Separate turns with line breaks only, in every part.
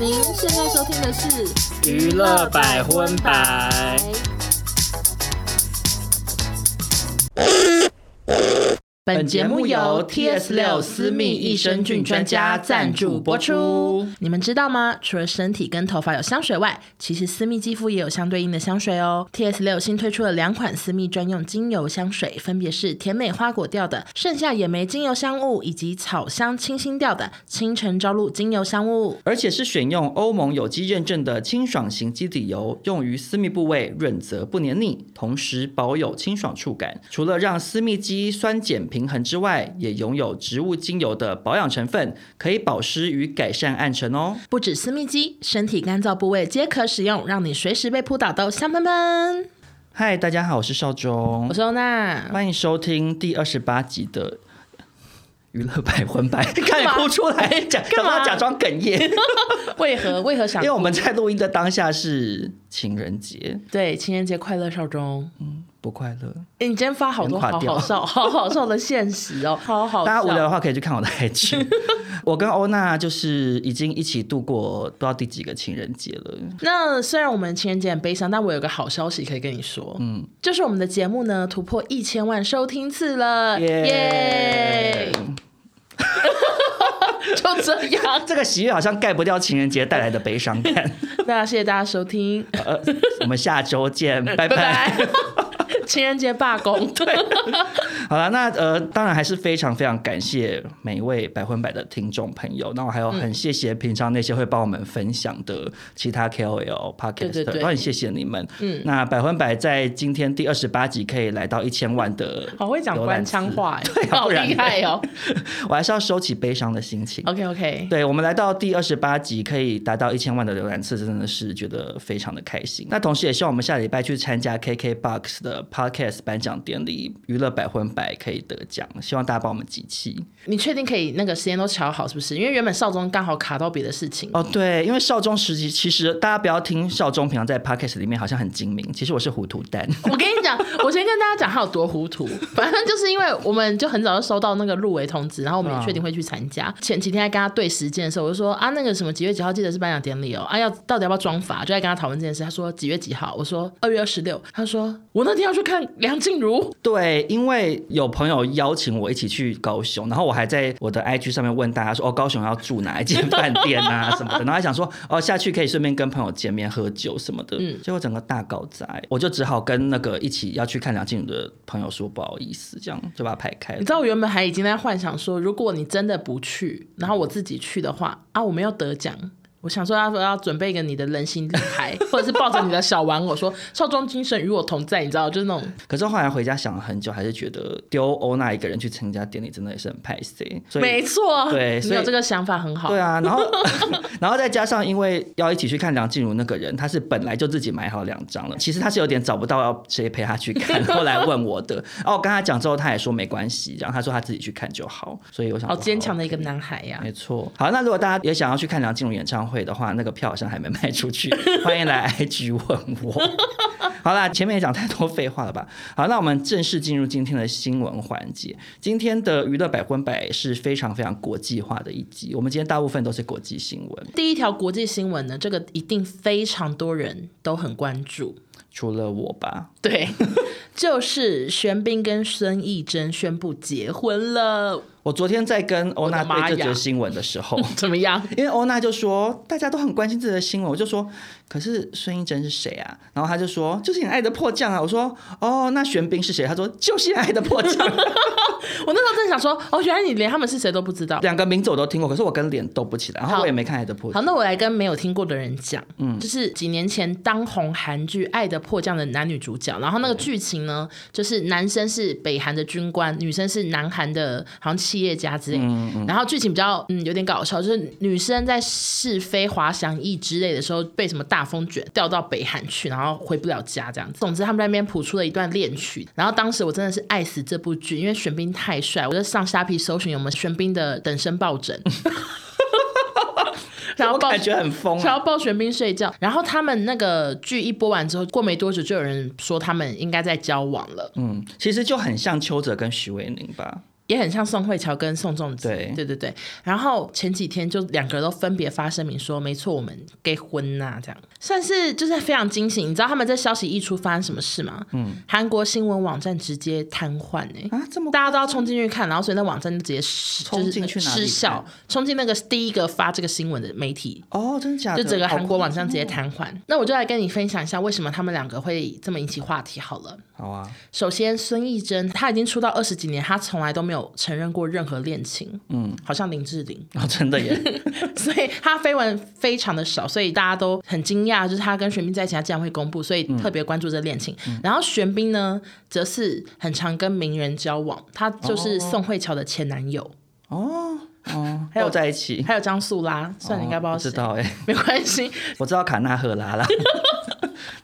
您现在收听的是《
娱乐百分百》。
本节目由 TS 六私密益生菌专家赞助播出。你们知道吗？除了身体跟头发有香水外，其实私密肌肤也有相对应的香水哦。TS 六新推出了两款私密专用精油香水，分别是甜美花果调的盛夏野莓精油香雾，以及草香清新调的清晨朝露精油香雾。
而且是选用欧盟有机认证的清爽型基底油，用于私密部位润泽不黏腻，同时保有清爽触感。除了让私密肌酸碱平衡之外，也拥有植物精油的保养成分，可以保湿与改善暗沉哦。
不止私密肌，身体干燥部位皆可使用，让你随时被扑倒都香喷喷。
嗨，大家好，我是少中
我，是欧娜，
欢迎收听第二十八集的。娱乐百 分百，看你哭出来，假干
嘛
嘛假装哽咽？
为何为何想
因为我们在录音的当下是情人节，
对，情人节快乐，少中。
不快乐。
诶你今天发好多
人垮
好
掉
好笑、好好笑的现实哦，好好笑。
大家无聊的话可以去看我的 IG。我 跟欧娜就是已经一起度过不知道第几个情人节了。
那虽然我们情人节很悲伤，但我有个好消息可以跟你说，嗯，就是我们的节目呢突破一千万收听次了， 耶
耶！，
就这样
这个喜悦好像盖不掉情人节带来的悲伤 感。
那谢谢大家收听，
呃，我们下周见，拜
拜拜。情人节罢工，对，
好了，那呃，当然还是非常非常感谢每一位百分百的听众朋友，那我还有
嗯
很谢谢平常那些会帮我们分享的其他 KOL、
对
Podcast，
对对
都很谢谢你们。嗯，那百分百在今天第二十八集可以来到一千万的，
好会讲官腔，话、
对
欸，
啊
好
不然
厉
呢
害哦。
我还是要收起悲伤的心情。
OK OK，
对我们来到第二十八集，可以达到一千万的浏览次，真的是觉得非常的开心。那同时也希望我们下礼拜去参加 KKBOX 的 Podcast 颁奖典礼，娱乐百分百可以得奖，希望大家帮我们集气。
你确定可以那个时间都瞧好是不是？因为原本少中刚好卡到别的事情，
哦，对，因为少中时期，其实大家不要听少中平常在 Podcast 里面好像很精明，其实我是糊涂蛋。
我跟你讲，我先跟大家讲他有多糊涂。反正就是因为我们就很早就收到那个入围通知，然后我们也确定会去参加。前几天还跟他对时间的时候，我就说啊，那个什么几月几号记得是颁奖典礼哦，啊要到底要不要装法，就在跟他讨论这件事。他说几月几号，我说二月二十六，他说我那天要去看梁静茹，
对，因为有朋友邀请我一起去高雄，然后我还在我的 IG 上面问大家说，哦，高雄要住哪一间饭店啊什么的，然后还想说，哦，下去可以顺便跟朋友见面喝酒什么的，结果整个大搞砸，欸我就只好跟那个一起要去看梁静茹的朋友说不好意思，这样就把他排开了
你知。道我原本还已经在幻想说，如果你真的不去，然后我自己去的话，啊，我们要得奖。我想说要要准备一个你的人形立 牌，或者是抱着你的小玩偶说“少壮精神与我同在”，你知道，就是那种
可是后来回家想了很久，还是觉得丢欧娜一个人去参加典礼真的也是很派谁，所以
没错，
对
你
所
有
以
这个想法很好。
对 啊，然后 然后再加上因为要一起去看梁静茹那个人，他是本来就自己买好两张了，其实他是有点找不到要谁陪他去 看，后来问我的，然后我跟他讲之后，他也说没关系，然后他说他自己去看就好，所以我想
好
说
坚强。的一个男孩呀、
没错，啊好，那如果大家也想要去看梁静茹演唱会的话，那个票好像还没卖出 去，欢迎来 IG 问我。好啦，前面也讲太多废话了吧？好，那我们正式进入今天的新闻环节。今天的娱乐百分百是非常非常国际化的一集，我们今天大部分都是国际新闻，
第一条国际新闻呢，这个一定非常多人都很关注。
除了我吧。
对， 就是玄彬跟孙艺珍宣布结婚了，
我昨天在跟欧娜
我的妈呀
对这则新闻的时候，
怎么样？
因为欧娜就说大家都很关心这则新闻，我就说可是孙艺珍是谁啊？然后她就说就是你爱的迫降啊。我说哦，那玄彬是谁？她说就是你爱的迫降。
我那时候正想说，哦，原来你连他们是谁都不知道。
两个名字我都听过，可是我跟脸斗不起来，然后
好
我也没看爱的迫降。
好，那我来跟没有听过的人讲，嗯，就是几年前当红韩剧《爱的迫降》的男女主角，然后那个剧情呢，就是男生是北韩的军官，女生是南韩的，好像企业家之类，然后剧情比较嗯有点搞笑，就是女生在试飞滑翔翼之类的时候被什么大风卷掉到北韩去，然后回不了家这样子。总之他们在那边谱出了一段恋曲，然后当时我真的是爱死这部剧，因为玄彬太帅，我就上虾皮搜寻有没有玄彬的等身抱枕。然后
我
抱
感觉很疯、
想
啊。
要抱玄彬睡觉。然后他们那个剧一播完之后，过没多久就有人说他们应该在交往了。
嗯，其实就很像邱泽跟徐伟宁吧。
也很像宋慧乔跟宋仲基，
对
对对对。然后前几天就两个人都分别发声明说，没错，我们给婚呐、这样算是就是非常惊喜。你知道他们这消息一出发生什么事吗？嗯，韩国新闻网站直接瘫痪哎、
啊，这么
大家都要冲进去看，然后所以那网站就直接失，
冲
就是
进去哪里
失效
看，
冲进那个第一个发这个新闻的媒体
哦，真的假的？
就整个韩国网站直接
好
瘫痪。那我就来跟你分享一下为什么他们两个会这么引起话题好了。
酷好啊，
首先，孙艺珍她已经出道二十几年，她从来都没有承认过任何恋情，嗯，好像林志玲，
哦，真的耶，
所以她绯闻非常的少，所以大家都很惊讶，就是她跟玄彬在一起，她竟然会公布，所以特别关注这恋情。然后玄彬呢，则是很常跟名人交往，他就是宋慧乔的前男友，
哦哦，
还有
都在一起，
还有张素拉，算你应该不知道
哦
谁，
知道哎，
没关系，
我知道卡纳赫拉啦，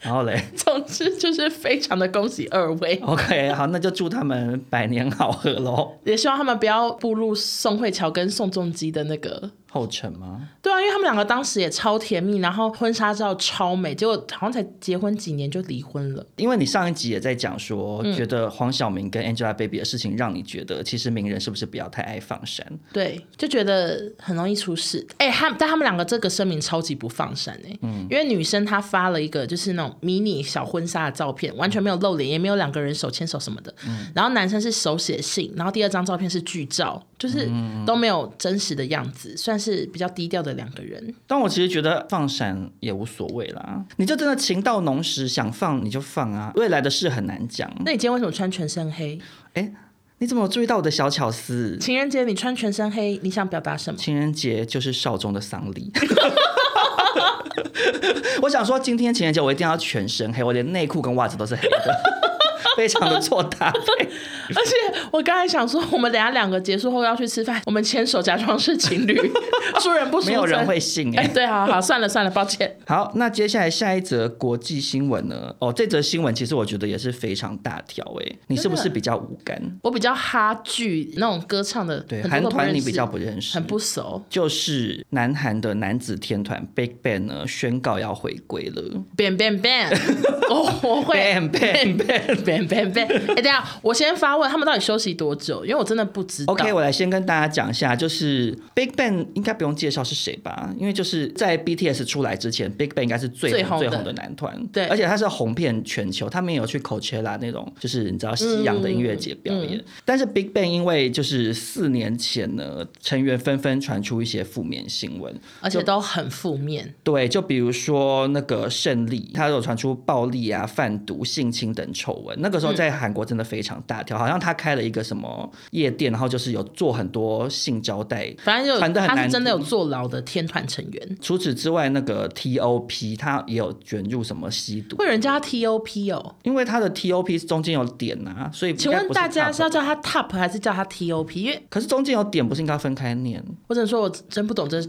然后嘞
总之就是非常的恭喜二位。
，OK，好，那就祝他们百年好合喽。
也希望他们不要步入宋慧乔跟宋仲基的那个
后尘吗？
对啊，因为他们两个当时也超甜蜜，然后婚纱照超美，结果好像才结婚几年就离婚了。
因为你上一集也在讲说，觉得黄晓明跟 Angelababy 的事情，让你觉得其实名人是不是不要太爱放闪？
对，就觉得很容易出事。哎、他但他们两个这个声明超级不放闪哎、因为女生她发了一个就是那种迷你小婚纱的照片，完全没有露脸，也没有两个人手牵手什么的。然后男生是手写信，然后第二张照片是剧照，就是都没有真实的样子，算是比较低调的两个人。
但我其实觉得放闪也无所谓啦，你就真的情到浓时想放你就放啊，未来的事很难讲。
那你今天为什么穿全身黑？
你怎么有注意到我的小巧思？
情人节你穿全身黑，你想表达 什么？
情人节就是少中的丧礼。 我想说，今天情人节我一定要全身黑，我连内裤跟袜子都是黑的， 非常的错搭配。
而且我刚才想说，我们等一下两个结束后要去吃饭，我们牵手假装是情 侣，输人不输
没
阵
有人会信哎、
哎、对，好好算了算了，抱歉。
好，那接下来下一则国际新闻呢？哦，这则新闻其实我觉得也是非常大条哎、你是不是比较无感？
我比较哈剧那种歌唱的，
对，
很
韩
多都不认识
团你比较不认识
很。不熟。
就是南韩的男子天团 Big Bang 呢宣告要回归了
bang bang bang，哦， 我会
Bang bang
bang bang bang bang。哎，等一下我先发问，他们到底休息多久？因为我真的不知道。
OK，我来先跟大家讲一下，就是 Big Bang 应该不用介绍是谁吧？因为就是在 BTS 出来之前，Big Bang 应该是最
最
红
红
最
的
红的男团，
对
而且他是红遍全球，他们也有去 Coachella 那种，就是你知道西洋的音乐节表
嗯
演。但是 Big Bang 因为就是四年前呢，成员纷纷传出一些负面新闻，
而且都很负面。
对，就比如说那个胜利，他有传出暴力啊、贩毒、性侵等丑闻。那个
嗯
时候在韩国真的非常大条，好像他开了一个什么夜店，然后就是有做很多性招待。
反正就
传得很
他
难
是真的有
听
坐牢的天团成员，
除此之外，那个 TOP 他也有卷入什么吸毒
会，有人叫他 TOP 哦。
因为他的 TOP 中间有点啊，所以应
请
该
问
不
大家
top
是要叫他 top 还是叫他 top？因为
可是中间有点不是应该分开念
我只能说我真不懂，真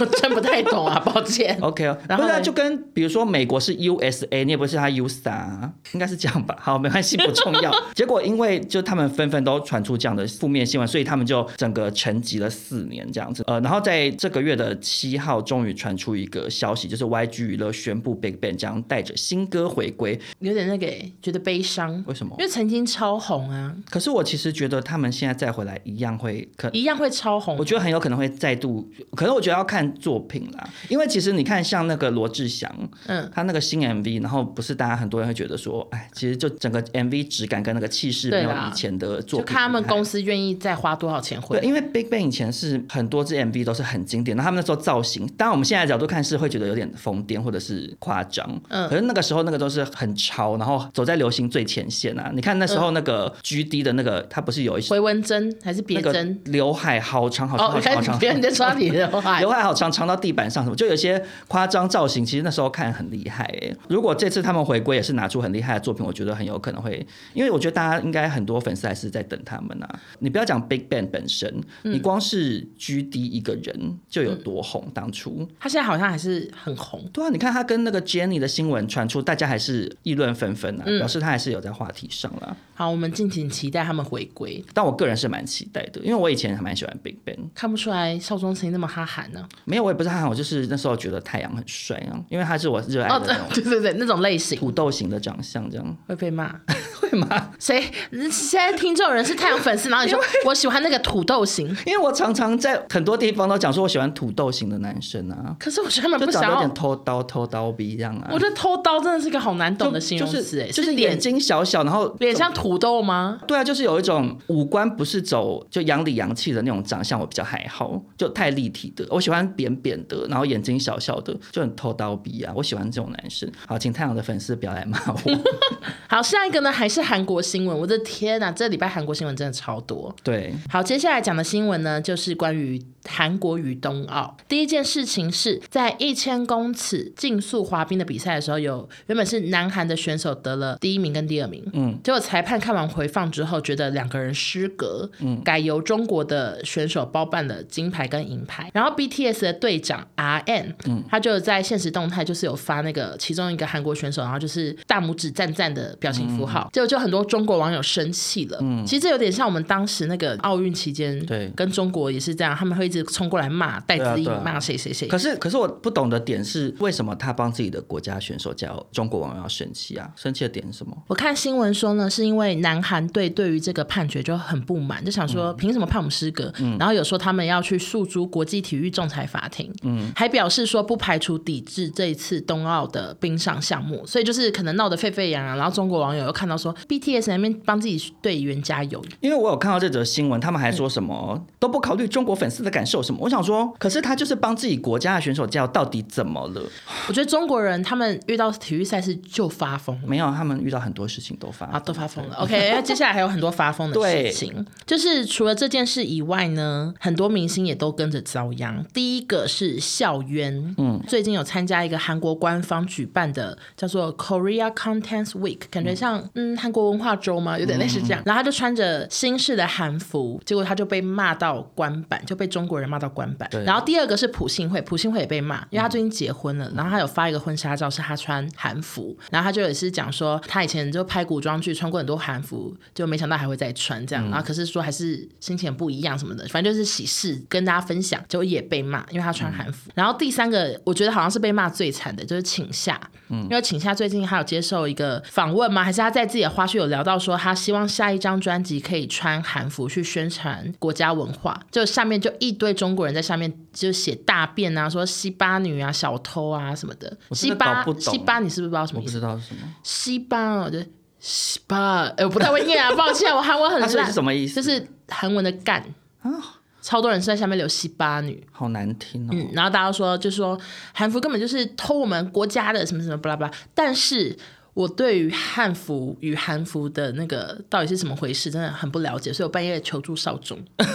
我 真不太懂啊，抱歉。
？OK，哦
然
不
后
是、啊、
嘞
就跟比如说美国是 USA，你也不是他 USA，应该是这样吧？ 好，没关系，不重要。结果因为就他们纷纷都传出这样的负面新闻，所以他们就整个沉寂了四年这样子。呃，然后在这个月的七号，终于传出一个消息，就是 YG 娱乐宣布 Big Bang 将带着新歌回归。
有点那个欸、觉得悲伤，
为什么
因？为曾经超红啊，
可是我其实觉得他们现在再回来一样会可。
一样会超红。
我觉得很有可能会再度，可能我觉得要看作品啦，因为其实你看像那个罗志祥，
嗯，
他那个新 MV，然后不是大家很多人会觉得说，哎，其实就整个 MV 质感跟那个气势没
对
有
啦
以前的作
就
品，
看他们公。司愿意再花多少钱回
对，
来。
因为 Big Bang 以前是很多支 MV 都是很经典，那他们那时候造型，当然我们现在的角度看是会觉得有点疯癫或者是夸张，
嗯
可是那个时候那个都是很潮，然后走在流行最前线啊。你看那时
嗯
候那个 GD 的那个，他不是有一些
回纹针还是别
那个
针？
刘海好长好长
哦
好，长好
原
长
来，别人在抓你的 话
刘，海好长，长到地板上什么，就有些夸张造型，其实那时候看很厉害、欸。如果这次他们回归也是拿出很厉害的作品，我觉得很有可能会，因为我觉得大家应该很多粉丝还是在等他们啊。你不要讲 Big Bang 本身，你光是 GD 一个人就有多红，当初。
他现在好像还是很红。
对啊，你看他跟那个 Jenny 的新闻传出，大家还是议论纷纷啊，表示他还是有在话题上啦。
好，我们敬请期待他们回归。
但我个人是蛮期待的，因为我以前还蛮喜欢 Big Bang，
看不出来少中情那么哈韩呢、
没有我也不是很好，我就是那时候觉得太阳很帅啊，因为他是我热爱
哦，
的那种
对对对，那种类型
土豆型的长相这样。
会被骂。吗？
会吗？
谁？现在听众人是太阳粉丝，然后你说我喜欢那个土豆型，
因为我常常在很多地方都讲说我喜欢土豆型的男生啊，
可是我觉得他们
就
不
长
想
得有
要
点。偷刀偷刀逼这样啊。
我觉得偷刀真的是一个好难懂的形
就
容词，
是
哎，
就是
脸
眼睛小小，然后
脸像土豆吗？
对啊，就是有一种五官不是走就洋里洋气的那种长相，我比较还好，就太立体的，我喜欢扁扁的，然后眼睛小小的，就很偷刀逼啊，我喜欢这种男生。好，请太阳的粉丝不要来骂 我。
好，下一个呢还是韩国新闻，我的天呐，这礼拜韩国新闻真的超多。
对，
好，接下来讲的新闻呢，就是关于韩国与冬奥。第一件事情是在一千公尺竞速滑冰的比赛的时候有，原本是南韩的选手得了第一名跟第二名，
嗯，
结果裁判看完回放之后，觉得两个人失格，嗯，改由中国的选手包办了金牌跟银牌。然后 BTS 的队长 RM，嗯，他就在现实动态就是有发那个其中一个韩国选手，然后就是大拇指赞赞的表情符号，
嗯
结果就很多中国网友生气了。嗯，其实这有点像我们当时那个奥运期间，
对
跟中国也是这样，他们会一直冲过来骂戴资
对啊
颖，
对啊
骂谁谁谁。
可是可是我不懂的点是，为什么他帮自己的国家选手加油，中国网友要生气啊？生气的点是什么？
我看新闻说呢，是因为南韩队对于这个判决就很不满，就想说凭什么判我们失格？然后有说他们要去诉诸国际体育仲裁法庭，嗯，还表示说不排除抵制这一次冬奥的冰上项目，所以就是可能闹得沸沸扬扬，然后中国网友又看到说 BTS 在那边帮自己队员加油，
因为我有看到这则新闻，他们还
嗯
说什么、都不考虑中国粉丝的感受什么。我想说，可是他就是帮自己国家的选手加油，到底怎么了？
我觉得中国人他们遇到体育赛事就发疯。
没有，他们遇到很多事情都发
啊，都发疯了。OK，那接下来还有很多发疯的
对
事情，就是除了这件事以外呢，很多明星也都跟着遭殃。第一个是孝渊，嗯，最近有参加一个韩国官方举办的叫做 Korea Contents Week，感觉像嗯韩国文化周嘛，有点类似这样。然后他就穿着新式的韩服，结果他就被骂到官版，就被中国人骂到官版。然后第二个是朴信惠，朴信惠也被骂，因为他最近结婚了，然后他有发一个婚纱照，是他穿韩服，然后他就也是讲说，他以前就拍古装剧，穿过很多韩服，就没想到还会再穿这样，然后可是说还是心情不一样什么的，反正就是喜事跟大家分享，结果也被骂，因为他穿韩服。然后第三个，我觉得好像是被骂最惨的，就是请夏，
嗯
因为请夏最近还有接受一个访问吗？还是他在自己的花絮有聊到说，他希望下一张专辑可以穿韩服去宣传国家文化，就下面就一堆中国人在下面就写大便啊，说西巴女啊、小偷啊什么的。
我真
西
的
巴
搞不懂
西巴，你是不是不知道什
我
么意
不
思？
知道是什么，
西巴哦，就是西巴，哎、我不太会念啊，抱歉，我韩文很
它是
烂。
是什么意思哦
就是韩文的干超多人是在下面留西巴女。
好难听哦。
嗯，然后大家说就说韩服根本就是偷我们国家的什么什么巴拉巴拉，但是我对于汉服与韩服的那个到底是怎么回事，真的很不了解，所以我半夜求助少中。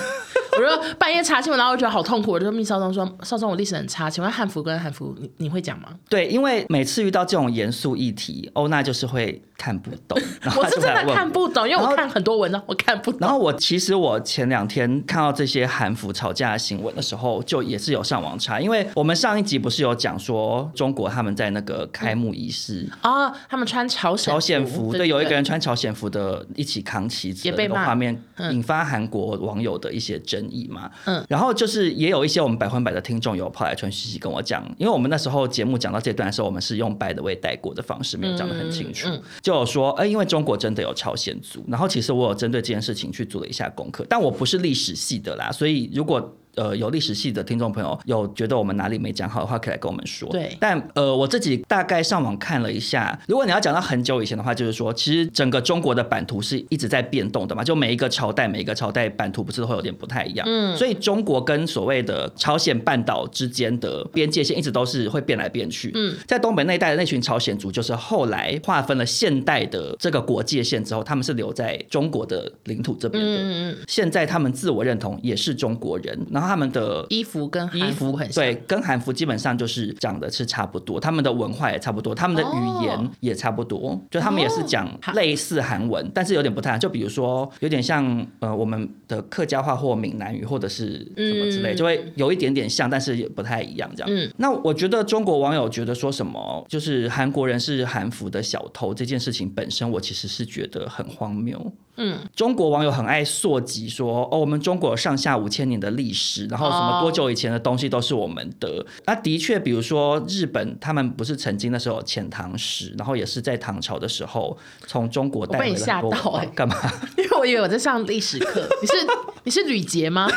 我就半夜查新闻，然后我觉得好痛苦，我就密少中说：“少中，我历史很差，请问汉服跟韩服你你会讲吗
对，因为每次遇到这种严肃议题，欧娜就是会看不懂，然？” 后
我
她
是
就
真
会来
的
问
看
我。
不懂，因为
然
我
后
看很多文章，我看不懂。
然后我其实我前两天看到这些韩服吵架的新闻的时候，就也是有上网查，因为我们上一集不是有讲说中国他们在那个开幕仪式。
啊、他们穿朝鲜
朝鲜服，对，
对，
有一个人穿朝鲜服的，一起扛旗子
也
的
被
那个
骂
画面，引发韩国网友的一些争议嘛。
嗯
嗯，然后就是也有一些我们百分百的听众有跑来传讯息跟我讲，因为我们那时候节目讲到这段的时候，我们是用 by the way 带过的方式，没有讲得很清楚，
嗯嗯
就有说，哎、因为中国真的有朝鲜族，然后其实我有针对这件事情去做了一下功课，但我不是历史系的啦，所以如果。呃，有历史系的听众朋友有觉得我们哪里没讲好的话，可以来跟我们说。
对
但呃，我自己大概上网看了一下，如果你要讲到很久以前的话，就是说，其实整个中国的版图是一直在变动的嘛，就每一个朝代，每一个朝代版图不是都会有点不太一样。嗯，所以中国跟所谓的朝鲜半岛之间的边界线一直都是会变来变去。嗯，在东北那一带的那群朝鲜族，就是后来划分了现代的这个国界线之后，他们是留在中国的领土这边的。
嗯嗯嗯，
现在他们自我认同也是中国人，然后他们的
衣服跟
衣
韩
服
服很像
对，跟韩服基本上就是讲的是差不多，他们的文化也差不多，他们的语言也差不多，就他们也是讲
哦好
类似韩文，但是有点不太，就比如说有点像呃我们的客家话或闽南语或者是什么之类，
嗯
就会有一点点像，但是也不太一样这样。
嗯
那我觉得中国网友觉得说什么就是韩国人是韩服的小偷这件事情本身，我其实是觉得很荒谬。嗯，中国网友很爱溯及说，哦，我们中国有上下五千年的历史，然后什么
哦
多久以前的东西都是我们的。那的确，比如说日本，他们不是曾经那时候有遣唐使，然后也是在唐朝的时候从中国带
我被
回
你
了
吓
很多
到
文化
欸
干嘛？
因为我以为我在上历史课。你是你是吕杰 吗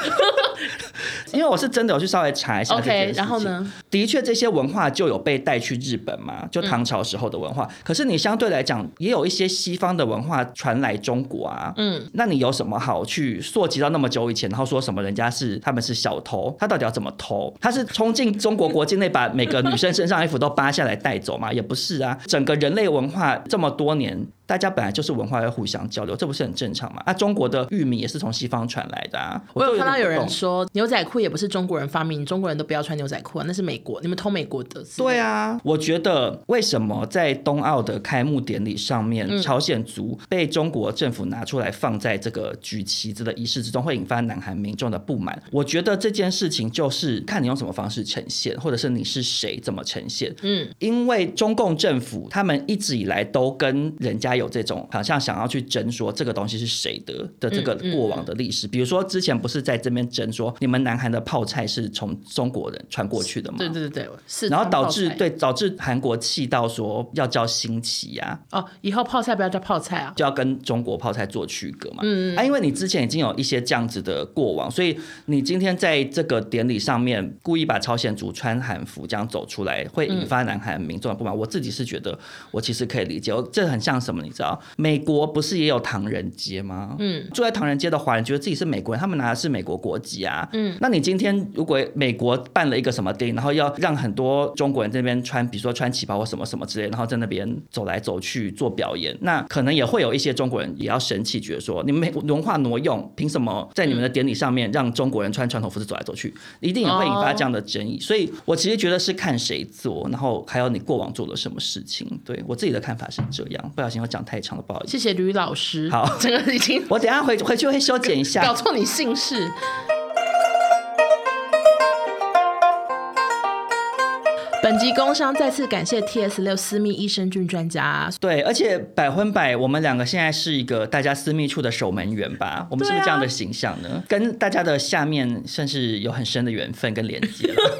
因为我是真的有去稍微查一下这件
？OK，
事情
然后呢？
的确，这些文化就有被带去日本
嗯
嘛，就唐朝时候的文化。可是你相对来讲，也有一些西方的文化传来中国啊。
嗯，
那你有什么好去溯及到那么久以前，然后说什么人家是他们是小偷？他到底要怎么偷？他是冲进中国国境内把每个女生身上的衣服都扒下来带走吗？也不是啊，整个人类文化这么多年。大家本来就是文化要互相交流，这不是很正常吗？啊，中国的玉米也是从西方传来的啊。
我有
就
看到
点
有
不
人
懂
说牛仔裤也不是中国人发明，中国人都不要穿牛仔裤啊，那是美国，你们偷美国的。
对
啊，
啊，我觉得为什么在冬奥的开幕典礼上面，朝鲜族被中国政府拿出来放在这个举旗子的仪式之中，会引发南韩民众的不满？我觉得这件事情就是看你用什么方式呈现，或者是你是谁怎么呈现。
嗯，
因为中共政府他们一直以来都跟人家有这种好像想要去争说这个东西是谁的的这个过往的历史，比如说之前不是在这边争说你们南韩的泡菜是从中国人传过去的吗？
对对对对，是。
然后导致
泡菜
对导致韩国气到说要叫新奇啊，
哦，以后泡菜不要叫泡菜啊。
就要跟中国泡菜做区隔嘛。嗯啊，因为你之前已经有一些这样子的过往，所以你今天在这个典礼上面故意把朝鲜族穿韩服这样走出来，会引发南韩民众的不满。我自己是觉得，我其实可以理解，我这很像什么？你知道，美国不是也有唐人街吗？
嗯，
住在唐人街的华人觉得自己是美国人，他们拿的是美国国籍啊。嗯，那你今天如果美国办了一个什么电影，然后要让很多中国人这边穿，比如说穿旗袍或什么什么之类，然后在那边走来走去做表演，那可能也会有一些中国人也要生气，觉得说你们美文化挪用，凭什么在你们的典礼上面让中国人穿传统服饰走来走去？一定也会引发这样的争议。所以我其实觉得是看谁做，然后还有你过往做了什么事情。对我自己的看法是这样，不小心我讲太长了，不好意思。
谢谢吕老师。
好
这个已经
我等一下回回去 会修剪一下，
搞错你姓氏。本集工商再次感谢 TS 六私密益生菌专家。
对，而且百分百，我们两个现在是一个大家私密处的守门员吧？我们是不是这样的形象呢？
啊
跟大家的下面算是有很深的缘分跟连接了。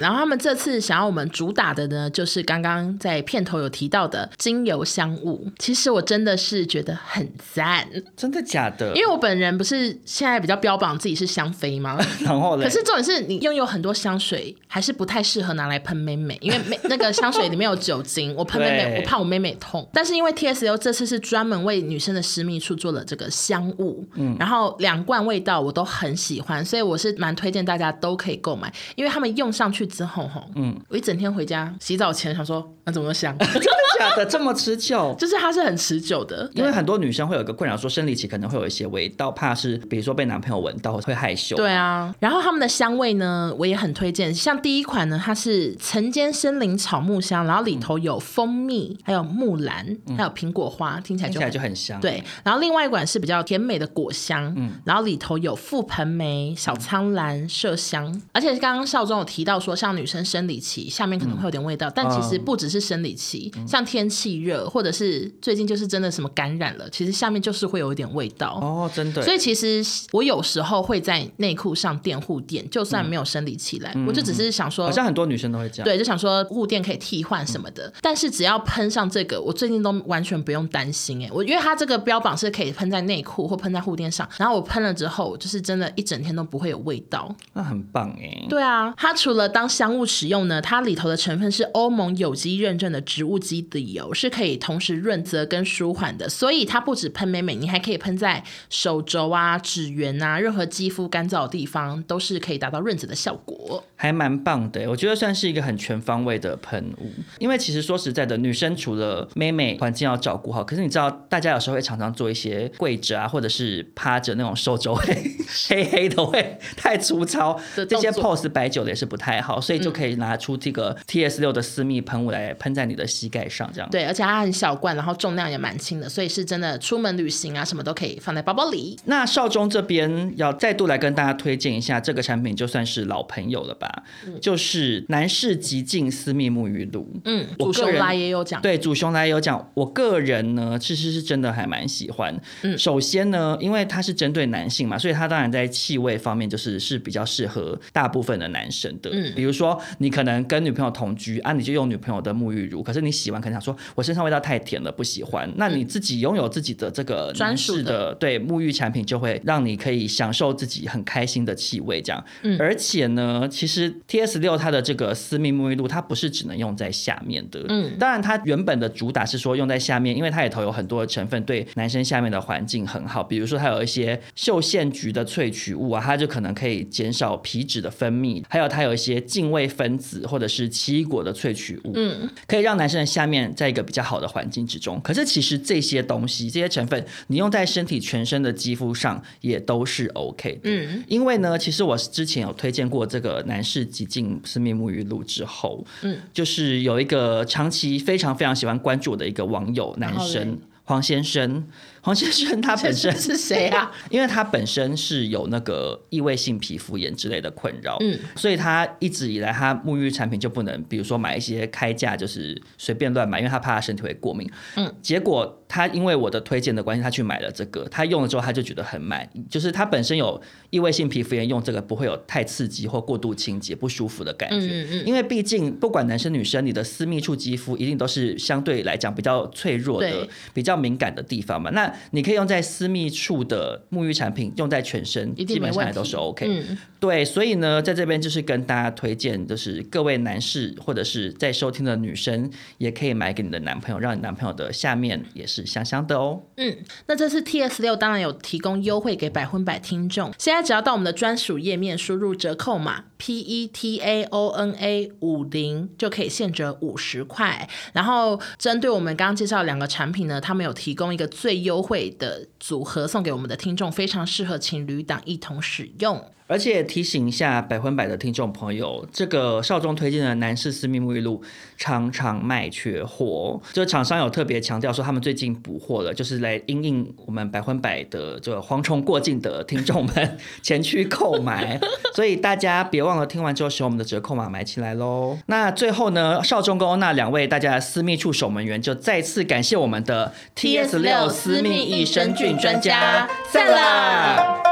然后他们这次想要我们主打的呢，就是刚刚在片头有提到的精油香雾。其实我真的是觉得很赞，
真的假的？
因为我本人不是现在比较标榜自己是香妃 吗？
然后嘞，
可是重点是你拥有很多香水，还是不太适合拿来喷妹妹，因为妹 那个香水里面有酒精，我喷妹妹，
对
我怕我妹妹痛。但是因为 T S U 这次是专门为女生的私密处做了这个香雾，
嗯
然后两罐味道我都很喜欢，所以我是蛮推荐大家都可以购买，因为他们用上去之后，吼，嗯，我一整天回家洗澡前想说，那、怎么那么香？
真的假的这么持久？
就是它是很持久的，
因为很多女生会有一个困扰，说生理期可能会有一些味道，怕是比如说被男朋友闻到会害羞。
对啊，然后他们的香味呢，我也很推荐。像第一款呢，它是晨间森林草木香，然后里头有蜂蜜，还有木兰，还有苹果花，听起来
嗯听
就
起来
很
就很嗯香。
对，然后另外一款是比较甜美的果香，然后里头有覆盆梅、小苍兰、麝香，而且刚刚少中有提到说，像女生生理期下面可能会有点味道，但
嗯
其实不只是生理期，像天气热或者是最近就是真的什么感染了，其实下面就是会有一点味道。
哦，真的。
所以其实我有时候会在内裤上垫护垫，就算没有生理期来，我就只是想说
嗯好，像很多女生都会这样。
对，就想说护垫可以替换什么的。但是只要喷上这个，我最近都完全不用担心哎、我因为它这个标榜是可以喷在内裤或喷在护垫上，然后我喷了之后，就是真的一整天都不会有味道。
那很棒哎。
对啊，它除了当香物使用呢，它里头的成分是欧盟有机认证的植物基底油，是可以同时润泽跟舒缓的，所以它不止喷美美，你还可以喷在手肘啊、指缘啊，任何肌肤干燥的地方都是可以达到润泽的效果。
还蛮棒的欸，我觉得算是一个很全方位的喷雾。因为其实说实在的，女生除了妹妹环境要照顾好，可是你知道，大家有时候会常常做一些跪着啊，或者是趴着那种手肘会 黑黑的，会太粗糙，
的
这些
动作
pose 摆久了也是不太好，所以就可以拿出这个 T S 六的私密喷雾来喷在你的膝盖上这样。
对，而且它很小罐，然后重量也蛮轻的，所以是真的出门旅行啊什么都可以放在包包里。
那少中这边要再度来跟大家推荐一下这个产品，就算是老朋友了吧，就是男士极净私密沐浴露。
嗯，主
我个
秀
人
拉也有讲，
对，主雄来有讲，我个人呢，其实是真的还蛮喜欢。
嗯
首先呢，因为它是针对男性嘛，所以它当然在气味方面就是是比较适合大部分的男生的。
嗯
比如说你可能跟女朋友同居啊，你就用女朋友的沐浴乳，可是你洗完可能想说，我身上味道太甜了，不喜欢。那你自己拥有自己的这个
嗯专
男
属
士
的
的对沐浴产品，就会让你可以享受自己很开心的气味这样。
嗯
而且呢，其实 T S 六它的这个私密沐浴露，它不是只能用在下面的，
嗯
当然，它原本的主打是说用在下面，因为它里头有很多的成分对男生下面的环境很好，比如说它有一些嗅腺菊的萃取物啊，它就可能可以减少皮脂的分泌，还有它有一些净味分子或者是奇异果的萃取物，
嗯，
可以让男生的下面在一个比较好的环境之中。可是其实这些东西、这些成分，你用在身体全身的肌肤上也都是 OK 的。
嗯，
因为呢，其实我之前有推荐过这个男士极净私密沐浴露之后，
嗯，
就是有一个长期非常非常喜欢关注我的一个网友男
然后嘞
生。黄先生，黄先生他
这
本身
这 是谁啊？
因为他本身是有那个异位性皮肤炎之类的困扰，
嗯，
所以他一直以来他沐浴产品就不能，比如说买一些开价就是随便乱买，因为他怕他身体会过敏，
嗯，
结果他因为我的推荐的关系，他去买了这个，他用了之后他就觉得很满意，就是他本身有异位性皮肤炎，用这个不会有太刺激或过度清洁不舒服的感觉，
嗯嗯
因为毕竟不管男生女生，你的私密处肌肤一定都是相对来讲比较脆弱的
对、
比较敏感的地方嘛。那你可以用在私密处的沐浴产品，用在全身，
一定
基
没
本
问
上也
题，
都是 OK。
嗯，
对，所以呢，在这边就是跟大家推荐，就是各位男士或者是在收听的女生，也可以买给你的男朋友，让你男朋友的下面也是香香的哦。
嗯，那这次 T S 六当然有提供优惠给百分百听众，现在只要到我们的专属页面输入折扣码 P E T A O N A 五零，就可以现折五十块。然后针对我们刚刚介绍的两个产品呢，他们有提供一个最优惠的组合送给我们的听众，非常适合情侣档一同使用。
而且提醒一下百分百的听众朋友，这个少中推荐的男士私密沐浴露常常卖缺货，就厂商有特别强调说他们最近补货了，就是来因应我们百分百的这个蝗虫过境的听众们 前去购买，所以大家别忘了听完之后使用我们的折扣码买起来喽。那最后呢，少中跟欧娜两位大家的私密处守门员就再次感谢我们的 TS 六私密益生菌专家，散啦。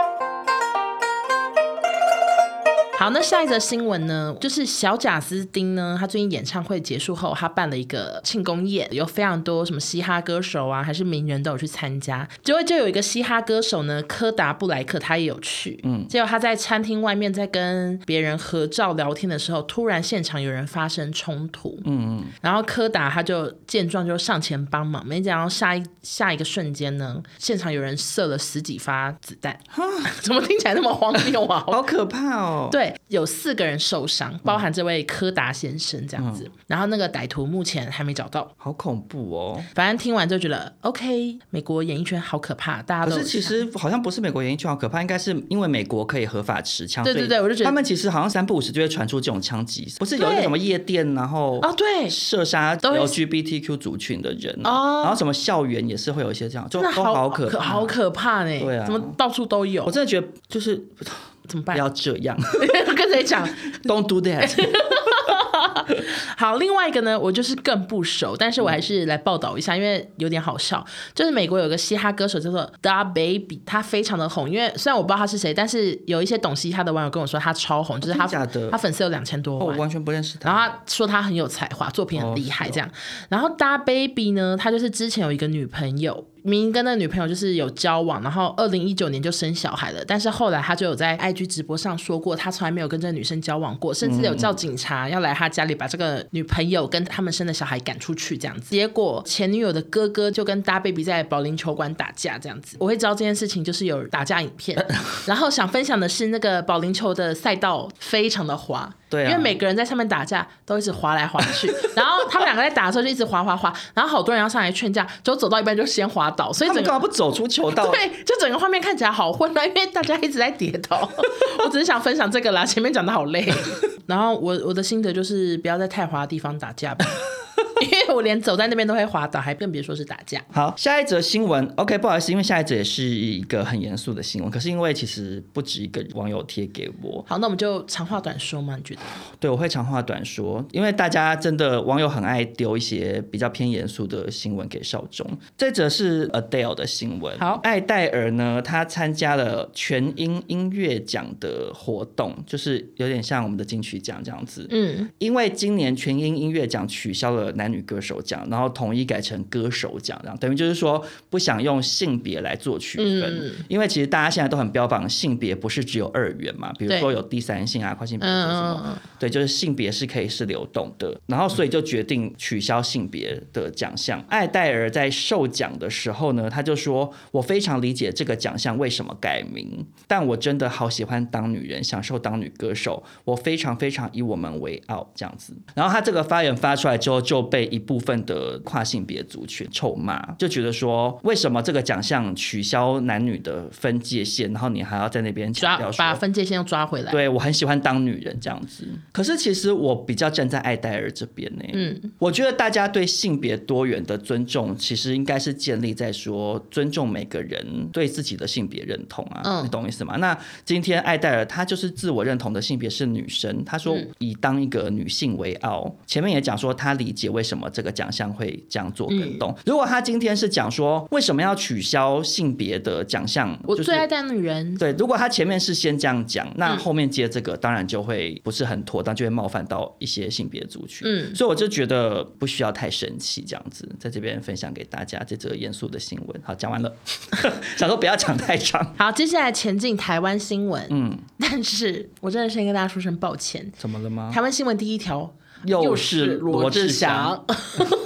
好，那下一则新闻呢，就是小贾斯汀呢，他最近演唱会结束后，他办了一个庆功宴，有非常多什么嘻哈歌手啊，还是名人都有去参加。结果就有一个嘻哈歌手呢，柯达布莱克，他也有去。嗯，结果他在餐厅外面在跟别人合照聊天的时候，突然现场有人发生冲突。嗯嗯，然后柯达他就见状就上前帮忙，没想到下一下一个瞬间呢，现场有人射了十几发子弹。 怎么听起来那么荒谬啊？
好可怕哦！
对，有四个人受
嗯
伤，包含这位柯达先生这样子。然后那个歹徒目前还没找到。
好恐怖哦！
反正听完就觉得，OK，美国演艺圈好可怕，大家
可
都
是其实好像不是美国演艺圈好可怕，应该是因为美国可以合法持枪。
对对
所以
对我就觉得
他们其实好像三不五时就会传出这种枪击，不是有一个
对
什么夜店，然后
哦，对，
射杀
都会
LGBTQ 族群的人啊，
哦
然后什么校园也是会有一些这样，就
真
都
的好
可怕。
好可怕呢。
对啊
怎么到处都有
我？真的觉得就是
怎么
不
办？
要这样
跟谁讲？
，Don't do that。
好，另外一个呢，我就是更不熟，但是我还是来报道一下，因为有点好笑。就是美国有个嘻哈歌手叫做 Da Baby，他非常的红，因为虽然我不知道他是谁，但是有一些懂嘻哈的网友跟我说他超红，就是他
哦真的假的
他粉丝有两千多
哦我
万。
完全不认识他。
然后他说他很有才华，作品
哦
很厉害这样。然后搭 baby 呢，他就是之前有一个女朋友，明明跟那个女朋友就是有交往，然后二零一九年就生小孩了，但是后来他就有在 IG 直播上说过，他从来没有跟这个女生交往过，甚至有
嗯
叫警察要来他家里把这个女朋友跟他们生的小孩赶出去这样子。结果前女友的哥哥就跟搭 baby 在保龄球馆打架这样子，我会知道这件事情就是有打架影片。 然后想分享的是那个保龄球的赛道非常的滑，
对啊
因为每每个人在上面打架都一直滑来滑去，然后他们两个在打的时候就一直滑滑滑，然后好多人要上来劝架，结果走到一半就先滑倒，所以
他
整
们干嘛
个。
不走出球道？
对，就整个画面看起来好混乱，因为大家一直在跌倒。 我只是想分享这个啦， 前面讲的好累。然后我我的心得就是不要在太滑的地方打架吧， 因为我连走在那边都会滑倒，还更别说是打架。
好，下一则新闻，OK，不好意思，因为下一则也是一个很严肃的新闻，可是因为其实不止一个网友贴给我，
好，那我们就长话短说嘛，你觉得？
对我会长话短说，因为大家真的网友很爱丢一些比较偏严肃的新闻给少中。这则是 Adele 的新闻，
好
艾戴尔呢，她参加了全英音乐奖的活动，就是有点像我们的金曲奖这样子，
嗯，
因为今年全英音乐奖取消了男女歌手奖，然后统一改成歌手奖，这样等于就是说不想用性别来做区分，
嗯
因为其实大家现在都很标榜性别不是只有二元嘛，比如
对
说有第三性啊、跨性别什
嗯
么
嗯嗯
对，就是性别是可以是流动的，然后所以就决定取消性别的奖项。艾戴尔在授奖的时候呢，他就说：“我非常理解这个奖项为什么改名，但我真的好喜欢当女人，享受当女歌手，我非常非常以我们为傲。”这样子。然后他这个发言发出来之后，就被一部分的跨性别族群臭骂，就觉得说为什么这个奖项取消男女的分界线，然后你还要在那边强
抓
调
把
说
分界线又抓回来。
对我很喜欢当女人这样子。可是其实我比较站在艾戴尔这边呢、
嗯，
我觉得大家对性别多元的尊重，其实应该是建立在说尊重每个人对自己的性别认同啊，
嗯
你懂我意思吗？那今天艾戴尔她就是自我认同的性别是女生，她说
嗯
以当一个女性为傲。前面也讲说她理解为什么这个奖项会这样做跟
嗯
动。如果她今天是讲说为什么要取消性别的奖项，
我
就是
最爱当女人。
对，如果他前面是先这样讲，
嗯
那后面接这个当然就会不是很妥当，就会冒犯到一些性别族群。
嗯
所以我就觉得不需要太生气，这样子在这边分享给大家这则严肃的新闻。好，讲完了， 想说不要讲太长。
好，接下来前进台湾新闻。
嗯，
但是我真的先跟大家说声抱歉。
怎么了吗？
台湾新闻第一条
嗯又是罗志祥，，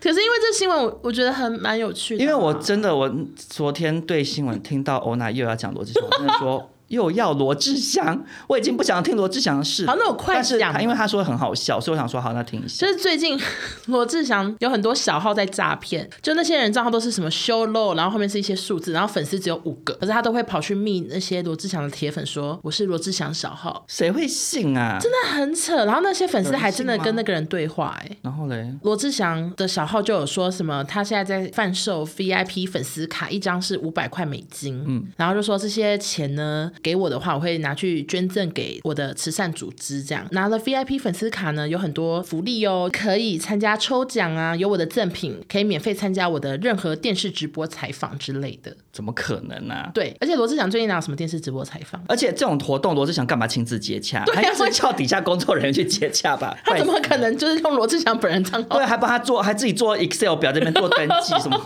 可是因为这新闻我我觉得很蛮有趣的啊，
因为我真的我昨天对新闻听到欧娜又要讲罗志祥，我真的说 又要罗志祥，我已经不想听罗志祥的事了。
好那我快
但是
讲
他因为他说很好笑，所以我想说好，那听一下
就。是最近 罗志祥有很多小号在诈骗，就那些人账号都是什么修 low，然后后面是一些数字，然后粉丝只有五个，可是他都会跑去密那些罗志祥的铁粉说我是罗志祥小号，
谁会信啊？真的。
那很扯。然后那些粉丝
有人
还真的
信吗
跟那个人对话、哎。
然后嘞，
罗志祥的小号就有说什么，他现在在贩售 VIP 粉丝卡，一张是五百块美金，嗯，然后就说这些钱呢给我的话，我会拿去捐赠给我的慈善组织，这样拿了 VIP 粉丝卡呢，有很多福利哦，可以参加抽奖啊，有我的赠品，可以免费参加我的任何电视直播采访之类的。
怎么可能呢、啊？
对，而且罗志祥最近哪有什么电视直播采访？
而且这种活动，罗志祥干嘛亲自接洽？他就是叫底下工作人员去接洽吧？
啊他怎么
坏死啊
可能就是用罗志祥本人账号
对，还帮他做，还自己做 Excel 表这边做登记 什么？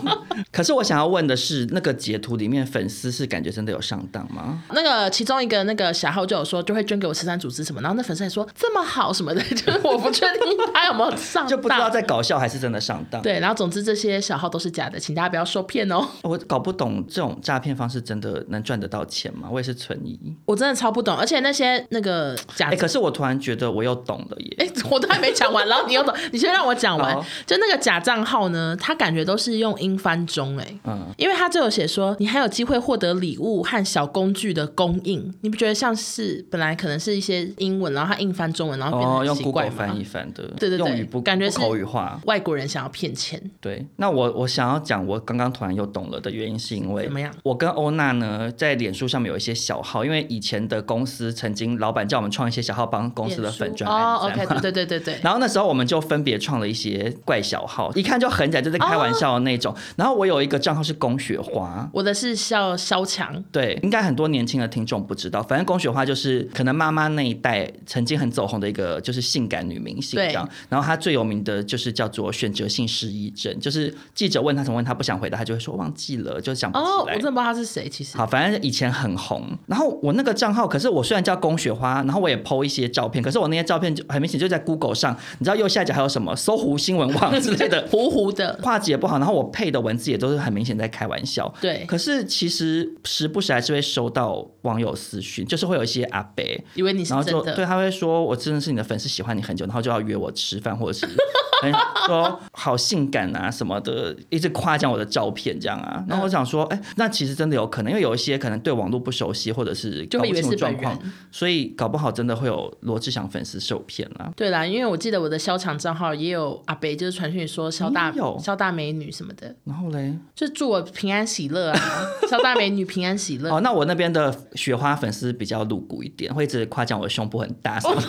可是我想要问的是，那个截图里面粉丝是感觉真的有上当吗？
那个其中一个那个小号就有说，就会捐给我慈善组织什么，然后那粉丝还说这么好什么的， 就是我不确定他有没有上当
就不知道在搞笑还是真的上当。
对，然后总之这些小号都是假的，请大家不要受骗哦。
我搞不懂这种诈骗方式真的能赚得到钱吗？我也是存疑。
我真的超不懂，而且那些那个假
哎、
的。
可是我突然觉得我又懂了耶。
哎、我都还 没讲完，然后你又懂，你先让我讲完
好。
就那个假账号呢，他感觉都是用英翻中哎、
嗯，
因为他就有写说，你还有机会获得礼物和小工具的供应，你不觉得像是本来可能是一些英文，然后他硬翻中文，然后变得
哦，
很
用
啊奇怪
Google
吗？
翻译翻的，
对对对
用语不
感觉
不
是
口语化。
外国人想要骗钱，
对，那我我想要讲，我刚刚突然又懂了的原因，是因为
怎么样
我跟欧娜呢，在脸书上面有一些小号，因为以前的公司曾经老板叫我们创一些小号，帮公司的粉专
哦
按赞
，OK，
嘛
对对对对 对。
然后那时候我们就分别创了一些怪小号，一看就很假，就在开
哦
玩笑的那种。然后我有一个账号是龚雪华。
我的是肖肖强，
对，应该很多年轻的听众不知道，反正龚雪花就是可能妈妈那一代曾经很走红的一个就是性感女明星这样。然后她最有名的就是叫做选择性失忆症，就是记者问她什么问她不想回答，她就会说忘记了，就想不
哦，
起
我
来。
真的不知道他是谁，其实。，
好，反正以前很红。然后我那个账号，可是我虽然叫龚雪花，然后我也 PO 一些照片，可是我那些照片就很明显就在 Google 上，你知道右下角还有什么搜狐新闻网之类 的
糊糊的，
画质也不好，然后我配的文字也都是很明显在开玩笑。
对
可是其实时不时还是会收到网网友私讯，就是会有一些阿北，
以为你是
然后
真
就
的，
对他会说，我真的是你的粉丝，喜欢你很久，然后就要约我吃饭，或者 是很说好性感啊什么的，一直夸奖我的照片这样啊。然后我想说，哎、那其实真的有可能，因为有一些可能对网络不熟悉，或者是
就
搞
会以
不
为
清楚
是本
状况
人，。
所以搞不好真的会有罗志祥粉丝受骗啊啦。
对啦，因为我记得我的肖强账号也有阿北，就是传讯说肖大
你有
肖大美女什么的，
然后嘞，
就祝我平安喜乐 啊，肖大美女平安喜乐。
哦，那我那边的雪花粉丝比较露骨一点，会一直夸奖我的胸部很大什 么的。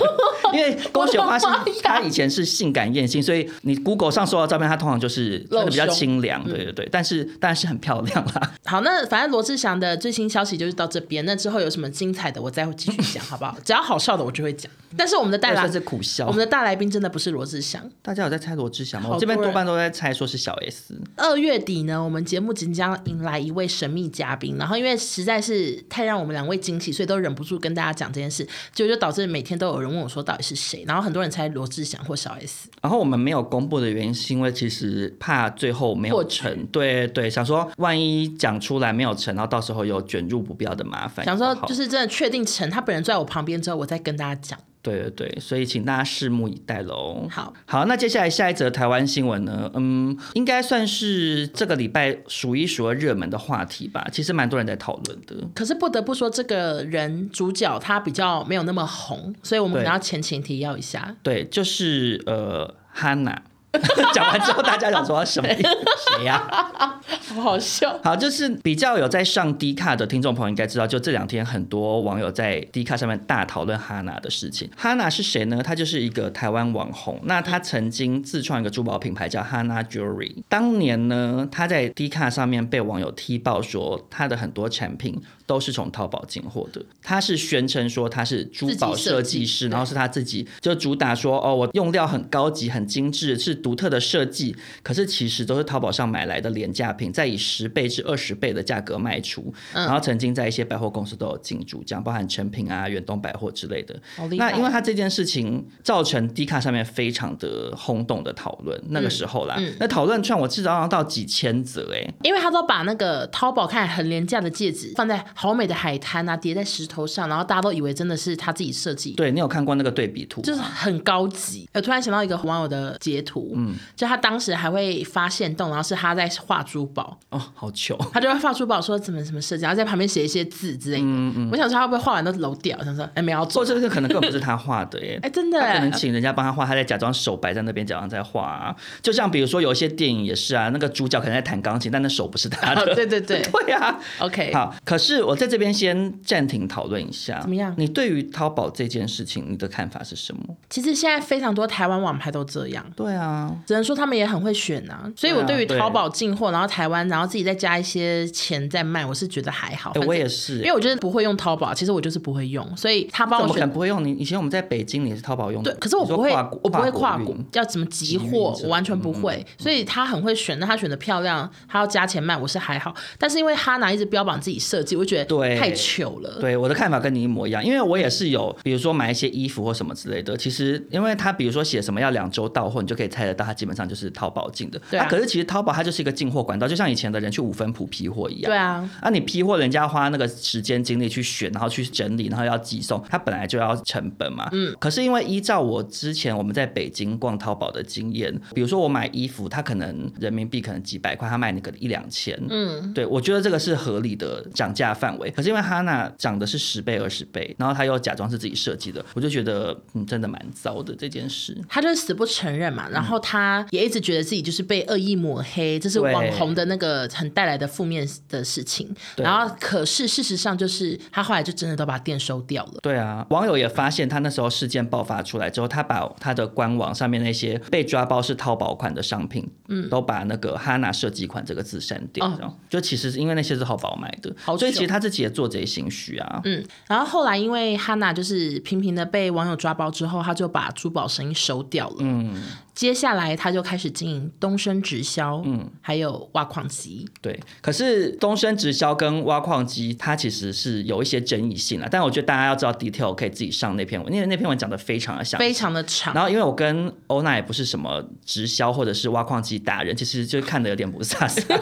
因为宫雪花是
我的妈呀
她以前是性感艳星，所以你 Google 上搜到照片，她通常就是穿的比较
露胸嗯
清凉，对对对，但是但是很漂亮 啦。
好，那反正罗志祥的最新消息就是到这边，那之后有什么精彩的我再会继续讲，好不好？只要好笑的我就会讲。但是我们的大
也
来
算是苦笑
我们。的大来宾真的不是罗志祥。
大家有在猜罗志祥吗？
好
我这边
多
多
人
半都在猜说是小 S。
二月底呢，我们节目即将迎来一位神秘嘉宾，然后因为实在是太让我们两位惊喜，所以都忍不住跟大家讲这件事，结果就导致每天都有人问我说到底是谁，然后很多人猜罗志祥或小 S，
然后我们没有公布的原因，是因为其实怕最后没有
破局
成，对对，想说万一讲出来没有成，然后到时候有卷入不必要的麻烦。
想说
哎好
就是真的确定成他本人坐在我旁边之后，我再跟大家讲。
对对对，所以请大家拭目以待喽。
好，
好，那接下来下一则台湾新闻呢？嗯，应该算是这个礼拜数一数二热门的话题吧。其实蛮多人在讨论的。
可是不得不说，这个人主角他比较没有那么红，所以我们
对
可能要前情提要一下。
对，就是呃，哈娜。 讲完之后，大家想说什么 意思？谁呀、
好好笑，
好，就是比较有在上 D 卡的听众朋友应该知道，就这两天很多网友在 D 卡上面大讨论哈娜的事情。哈娜是谁呢？她就是一个台湾网红，那她曾经自创一个珠宝品牌叫哈娜 Jewelry。当年呢，她在 D 卡上面被网友踢爆说，她的很多产品都是从淘宝进货的。她是宣称说她是珠宝设
自己设
计
计
师，
对
然后是她自己就主打说哦，我用料很高级、很精致，是独特的设计，可是其实都是淘宝上买来的廉价品，再以十倍至二十倍的价格卖出。然后曾经在一些百货公司都有进驻，这样包含成品啊、远东百货之类的。
好厉害！
那因为他这件事情造成 D 卡上面非常的轰动的讨论，那个时候啦，那讨论串我至少要到几千则哎、
因为他都把那个淘宝看起来很廉价的戒指放在好美的海滩啊，叠在石头上，然后大家都以为真的是他自己设计，
对你有看过那个对比图吗？
就是很高级。我突然想到一个网友的截图，嗯，就他当时还会发现洞，然后是他在画珠宝，
哦，好糗。
他就会画珠宝说怎么怎么设计，然后在旁边写一些字之类的。
嗯
我想说他会不会画完都漏掉？想说哎没有要
做
做，
这个可能根本不是他画的耶、
哎真的
他
哎
可能请人家帮他画，他在假装手摆在那边，假装在画、啊。就像比如说有一些电影也是啊，那个主角可能在弹钢琴，但那手不是他的。
哦对对 对
对啊。
，OK，
好，可是我在这边先暂停讨论一下，
怎么样
你对于淘宝这件事情，你的看法是什么？
其实现在非常多台湾网拍都这样。
对啊，
只能说他们也很会选啊，所以我
对啊
对于
对
淘宝进货，然后台湾，然后自己再加一些钱再卖，我是觉得还好。
哎、
反
我
正
也是、
因为我就是不会用淘宝，其实我就是不会用，所以他帮
怎
我
么可
选
能不会用你？以前我们在北京，你是淘宝用的，
对，可是我
嗯你说
不会
跨国，
我不会跨
国
国
运，
要怎么集货
运，这嗯
我完全不会。所以他很会选，那他选的漂亮，他要加钱卖，我是还好。但是因为哈拿一直标榜自己设计，我觉
对
得太糗了。
对，我的看法跟你一模一样，因为我也是有，比如说买一些衣服或什么之类的。其实，因为它比如说写什么要两周到货，你就可以猜得到，它基本上就是淘宝进的。
对啊
可是其实淘宝它就是一个进货管道，就像以前的人去五分铺批货一样。
对啊，
啊，你批货，人家花那个时间精力去选，然后去整理，然后要寄送，它本来就要成本嘛。嗯。可是因为依照我之前我们在北京逛淘宝的经验，比如说我买衣服，它可能人民币可能几百块，它卖你个一两千。嗯。对，我觉得这个是合理的涨价范围。可是因为哈娜涨的是十倍、二十倍，然后她又假装是自己设计的，我就觉得嗯，真的蛮糟的这件事。
他就是死不承认嘛，然
嗯
后他也一直觉得自己就是被恶意抹黑，这是
对
网红的那个很带来的负面的事情。
对
然后，可是事实上就是他后来就真的都把店收掉了。
对啊，网友也发现他那时候事件爆发出来之后，他把他的官网上面那些被抓包是淘宝款的商品，嗯，都把那个哈娜设计款这个字删掉，
哦
这样就其实是因为那些是淘宝买的，
好
所以
糗
其实他自己也做贼心虚啊，嗯，
嗯，然后后来因为哈娜就是频频的被网友抓包之后，她就把珠宝生意收掉了。嗯，接下来她就开始经营东升直销，嗯，还有挖矿机。
对。可是东升直销跟挖矿机，它其实是有一些争议性啊，但我觉得大家要知道 detail 可以自己上那篇文，因为那篇文讲的非常的详细
非。常的长
然。后，因为我跟欧娜也不是什么直销或者是挖矿机达人，其实就看的有点不飒飒。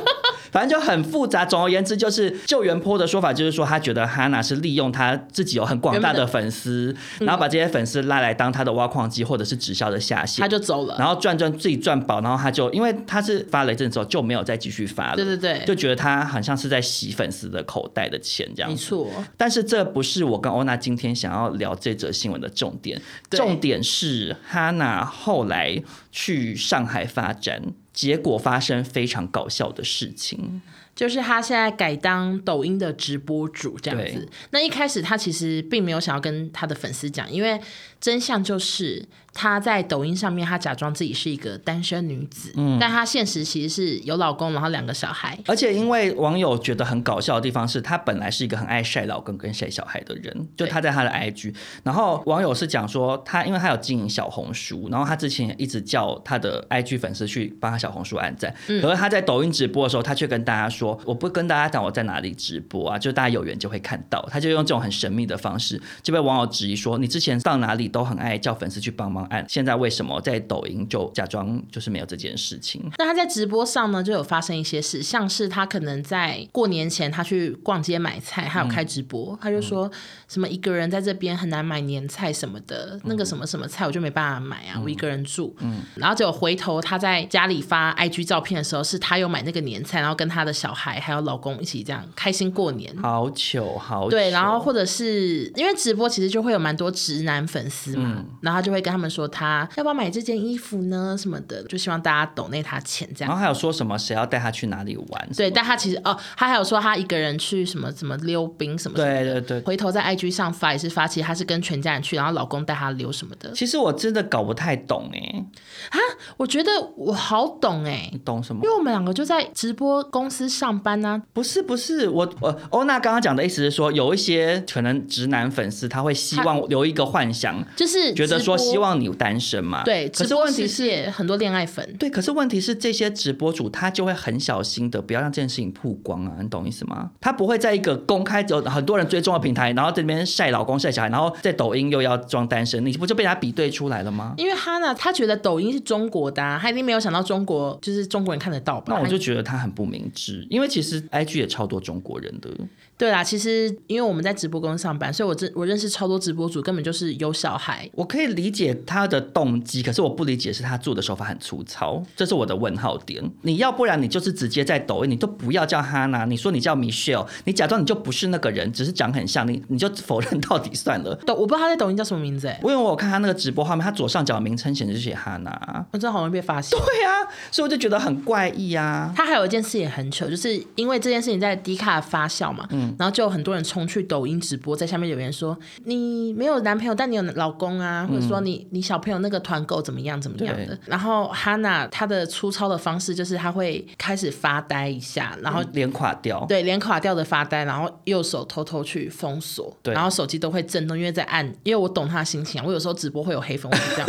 反正就很复杂。总而言之，就是救援坡的说法就是说，他觉得哈娜是利用他自己有很广大的粉丝，然后把这些粉丝拉来当他的挖矿机或者是直销的下线
他。就走了。
然后赚赚自己赚饱，然后他就因为他是发了一阵之后就没有再继续发了，
对对对
就觉得他好像是在洗粉丝的口袋的钱这样
没
子。
错，
但是这不是我跟欧娜今天想要聊这则新闻的重点，
对
重点是哈娜后来去上海发展，结果发生非常搞笑的事情。
就是他现在改当抖音的直播主这样
对
子。那一开始他其实并没有想要跟他的粉丝讲，因为真相就是他在抖音上面，他假装自己是一个单身女子，但他现实其实是有老公，然后两个小孩。
而且因为网友觉得很搞笑的地方是，他本来是一个很爱晒老公跟晒小孩的人，就
对
他在他的 IG，然后网友是讲说他因为他有经营小红书，然后他之前也一直叫他的 IG 粉丝去帮他小红书按赞，
嗯
可是他在抖音直播的时候，他却跟大家说我不跟大家讲我在哪里直播啊，就大家有缘就会看到，他就用这种很神秘的方式就被网友质疑说你之前到哪里都很爱叫粉丝去帮忙按，现在为什么在抖音就假装就是没有这件事情？
那他在直播上呢，就有发生一些事，像是他可能在过年前他去逛街买菜，他有开直播，他就说什么一个人在这边很难买年菜什么的，那个什么什么菜我就没办法买啊，我一个人住。然后结果回头他在家里发 IG 照片的时候，是他有买那个年菜，然后跟他的小孩还有老公一起这样开心过年。
好哦糗，好糗
对，然后或者是因为直播其实就会有蛮多直男粉丝嘛，然后他就会跟他们说他要不要买这件衣服呢什么的，就希望大家抖内他钱这样
然。后还有说什么谁要带他去哪里玩？
对，但他其实哦，他还有说他一个人去什么什么溜冰什么什么
对对对。
回头在 IG 上发也是发，其实他是跟全家人去，然后老公带他溜什么的。
其实我真的搞不太懂哎、
我觉得我好懂哎、
你懂什么
因？为我们两个就在直播公司上班啊呢、
不是不是，我我欧娜刚刚讲的意思是说，有一些可能直男粉丝他会希望留一个幻想，
就是
觉得说
直播
希望你单身嘛。
对，
可
直
是
播
问题
世
是，
界很多恋爱粉，
对，可是问题是这些直播主他就会很小心的不要让这件事情曝光啊，你懂意思吗？他不会在一个公开有很多人追踪的平台，然后这边晒老公晒小孩，然后在抖音又要装单身，你不就被他比对出来了吗？
因为哈娜她觉得抖音是中国的、啊，她一定没有想到中国就是中国人看得到吧？
那我就觉得他很不明智，因为其实 IG 也超多中国人的，
对啦，其实因为我们在直播公司上班，所以我认我认识超多直播主，根本就是有小孩，
我可以理解他的动机，可是我不理解是他做的手法很粗糙，这是我的问号点。你要不然你就是直接在抖音，你都不要叫哈娜，你说你叫 Michelle，你假装你就不是那个人，只是长很像，你你就否认到底算了。
抖我不知道她在抖音叫什么名字哎、
因为我有看他那个直播画面，他左上角的名称显示写哈娜，
我真的好容易被发现。
对啊，所以我就觉得很怪异啊。
他还有一件事也很糗，就是因为这件事情在迪卡发酵嘛，
嗯
然后就有很多人冲去抖音直播，在下面留言说你没有男朋友，但你有老公啊，或者说你你小朋友那个团购怎么样怎么样
嗯对
的。然后哈娜她的粗糙的方式就是她会开始发呆一下，然后、
脸垮掉，
对脸垮掉的发呆，然后右手偷偷去封锁，
对
然后手机都会震动，因为在按，因为我懂她的心情啊，我有时候直播会有黑粉，我是这样。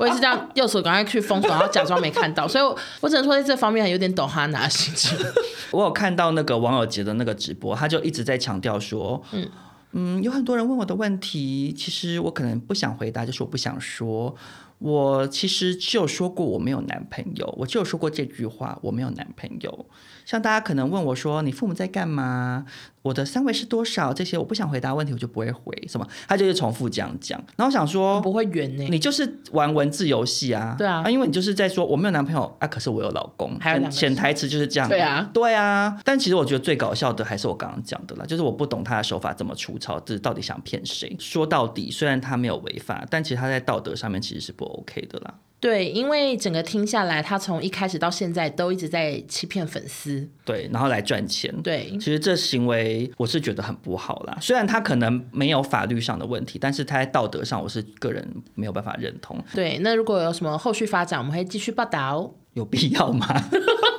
我也是这样，右手赶快去封锁，然后假装没看到，所以我我只能说在这方面有点懂哈娜的心情。
我有看到那个王友杰的那个直播，他就一直在强调说，嗯。有很多人问我的问题，其实我可能不想回答，就是我不想说。我其实只有说过我没有男朋友，我只有说过这句话，我没有男朋友。像大家可能问我说，你父母在干嘛？我的三围是多少？这些我不想回答问题，我就不会回。什么？他就是重复这样讲。然后我想说，
不会圆呢、
你就是玩文字游戏啊，
对啊
因为你就是在说我没有男朋友啊，可是我有老公，
还有两个
潜台词就是这样，
对啊，
对啊。但其实我觉得最搞笑的还是我刚刚讲的啦，就是我不懂他的手法这么粗糙，这到底想骗谁？说到底，虽然他没有违法，但其实他在道德上面其实是不 OK 的啦。
对，因为整个听下来，他从一开始到现在都一直在欺骗粉丝。
对，然后来赚钱，
对
其实这行为我是觉得很不好啦。虽然他可能没有法律上的问题，但是他在道德上，我是个人没有办法认同。
对，那如果有什么后续发展，我们会继续报道。哦
有必要吗？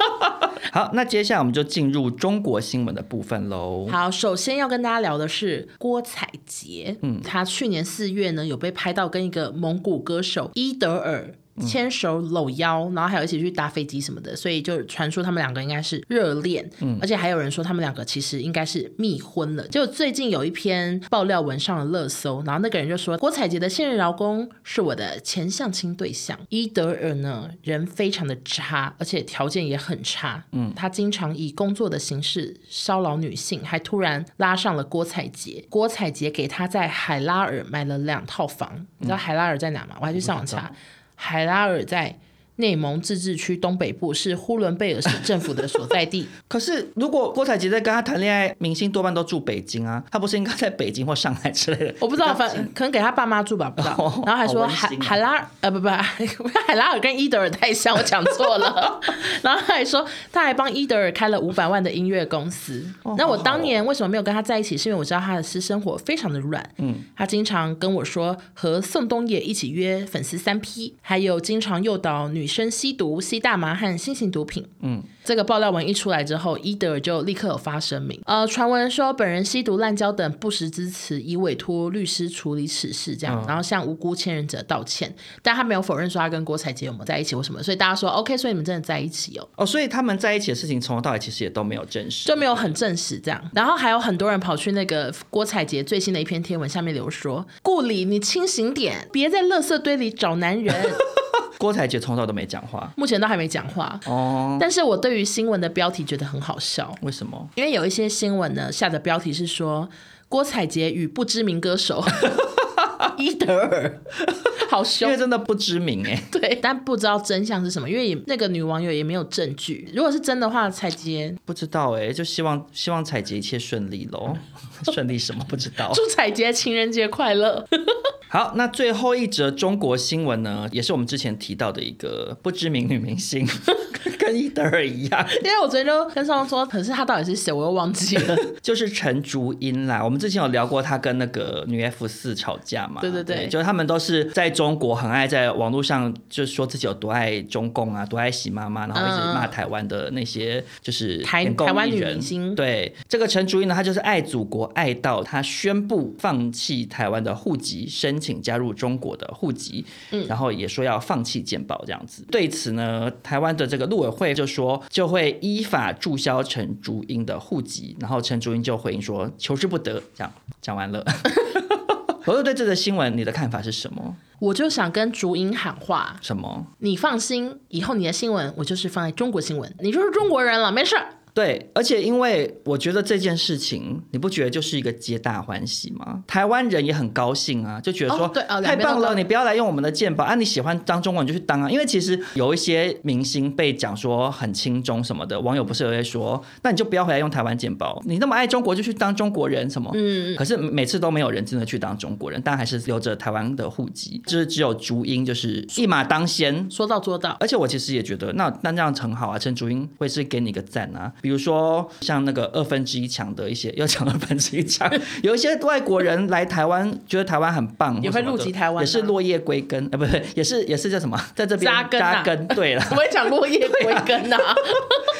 好，那接下来我们就进入中国新闻的部分喽。
好，首先要跟大家聊的是郭采洁，嗯，她去年四月呢有被拍到跟一个蒙古歌手伊德尔牵手搂腰，然后还有一起去搭飞机什么的，所以就传说他们两个应该是热恋，而且还有人说他们两个其实应该是密婚了。结果最近有一篇爆料文上了热搜，然后那个人就说郭采洁的现任老公是我的前相亲对象伊德尔呢，人非常的差，而且条件也很差，嗯，他经常以工作的形式骚扰女性，还突然拉上了郭采洁。郭采洁给他在海拉尔买了两套房，你知道海拉尔在哪嗯吗？我还去上网查。海拉尔在内蒙自治区东北部，是呼伦贝尔市政府的所在地。
可是如果郭采洁在跟他谈恋爱，明星多半都住北京啊，他不是应该在北京或上海之类的？
我不知道，反可能给他爸妈住吧，不知道。
哦
然后还说
好温
海
馨啊
海拉尔呃不 不，海拉尔跟伊德尔太像，我讲错 了。然后他还说他还帮伊德尔开了五百万的音乐公司。
哦
那我当年为什么没有跟他在一起？是因为我知道他的私生活非常的乱。嗯，他经常跟我说和宋冬野一起约粉丝三 P，还有经常诱导女生吸毒、吸大麻和新型毒品。这个爆料文一出来之后，伊德尔就立刻有发声明，呃，传闻说本人吸毒、滥交等不实之词，已委托律师处理此事，这样，然后向无辜牵人者道歉，但他没有否认说他跟郭采洁有没有在一起或什么，所以大家说 OK，所以你们真的在一起哦，
哦，所以他们在一起的事情从头到尾其实也都没有证实。
就没有很证实这样。然后还有很多人跑去那个郭采洁最新的一篇贴文下面留说，顾里你清醒点，别在垃圾堆里找男人，
郭采洁从头都没讲话
目前都还没讲话。
哦，
但是我对于新闻的标题觉得很好笑，
为什么？
因为有一些新闻呢，下的标题是说郭采洁与不知名歌 手伊德尔，好
因为
凶。
真的不知名哎、
对，但不知道真相是什么，因为也那个女网友也没有证据。如果是真的话，采洁
不知道哎、就希望希望采洁一切顺利喽。 顺利什么不知道。
祝采洁情人节快乐。
好，那最后一则中国新闻呢，也是我们之前提到的一个不知名女明星， 跟伊德尔一样，
因为我昨天就跟上说，可是她到底是谁，我又忘记 了。
就是陈竹英啦。我们之前有聊过她跟那个女 F 四吵架嘛，
对对对
就是他们都是在中国很爱在网络上就说自己有多爱中共啊，多爱习妈妈，然后一直
嗯
骂台湾的那些就是
台
演工
台湾
艺
女
人
明星
对这个陈竹英呢，她就是爱祖国爱到她宣布放弃台湾的户籍，申请加入中国的户籍，
嗯
然后也说要放弃健保这样子。对此呢，台湾的这个陆委会就说就会依法注销陈竹英的户籍，然后陈竹英就回应说求之不得，这样讲完了。 我就对这则新闻你的看法是什么？
我就想跟竹英喊话，
什么？
你放心，以后你的新闻我就是放在中国新闻，你就是中国人了，没事儿。
对，而且因为我觉得这件事情，你不觉得就是一个皆大欢喜吗？台湾人也很高兴啊，就觉得说，
哦对哦
太
两边都
棒了，
高
你不要来用我们的健保啊，你喜欢当中国人就去当啊。因为其实有一些明星被讲说很亲中什么的，网友不是有些说，那你就不要回来用台湾健保，你那么爱中国就去当中国人什么？嗯，可是每次都没有人真的去当中国人，但还是留着台湾的户籍，就是只有竹英就是一马当先，
说到做到，
而且我其实也觉得，那那这样很好啊，陈竹英会是给你个赞啊。比如说像那个二分之一强的一些，要讲二分之一强， 有一些外国人来台湾，觉得台湾很棒，
也
或什
会
么
入
的
籍台湾啊
也是落叶归根，呃，不是，也是也是叫什么， 在这边
扎根啊
扎根，对了，
我也讲落叶归根呐、 啊。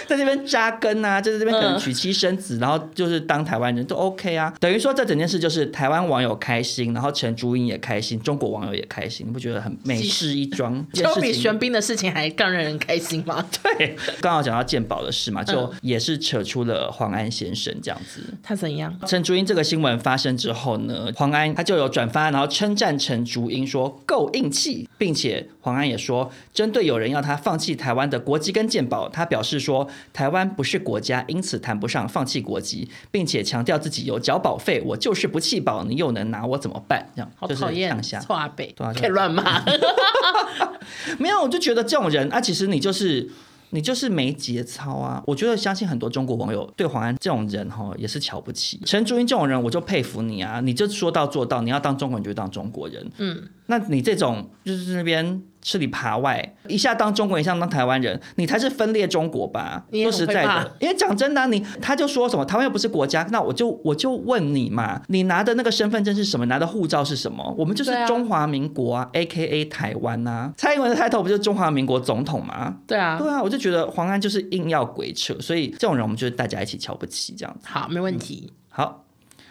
在这边扎根啊，就是这边可能
嗯
娶妻生子，然后就是当台湾人都 OK 啊。等于说这整件事就是台湾网友开心，然后陈竹英也开心，中国网友也开心，你不觉得很美事一 桩？这件
就
事
比
情
玄彬的事情还更让人开心吗？
对， 刚好讲到鉴宝的事嘛，就
嗯
也是扯出了黄安先生这样子。
他怎样？
陈竹英这个新闻发生之后呢，黄安他就有转发，然后称赞陈竹英说够硬气，并且黄安也说，针对有人要他放弃台湾的国籍跟健保，他表示说台湾不是国家，因此谈不上放弃国籍，并且强调自己有缴保费，我就是不弃保，你又能拿我怎么办？这样
好
就是
讨厌
上，下
错阿北
对啊，
可以乱骂。
没有，我就觉得这种人啊，其实你就是你就是没节操啊。我觉得相信很多中国网友对黄安这种人哈、也是瞧不起。陈竹英这种人，我就佩服你啊，你就说到做到，你要当中国人就当中国人。嗯，那你这种就是那边。吃里扒外，一下当中国人，一下当台湾人，你才是分裂中国吧？
你也
说
很
实在
会骂
的，因为讲真的啊、你他就说什么台湾又不是国家，那我就我就问你嘛，你拿的那个身份证是什么？拿的护照是什么？我们就是
对啊
中华民国啊，A K A 台湾啊。蔡英文的 title 不就是中华民国总统吗？
对啊，
对啊，我就觉得黄安就是硬要鬼扯，所以这种人我们就是大家一起瞧不起这样子。
好，没问题。
好，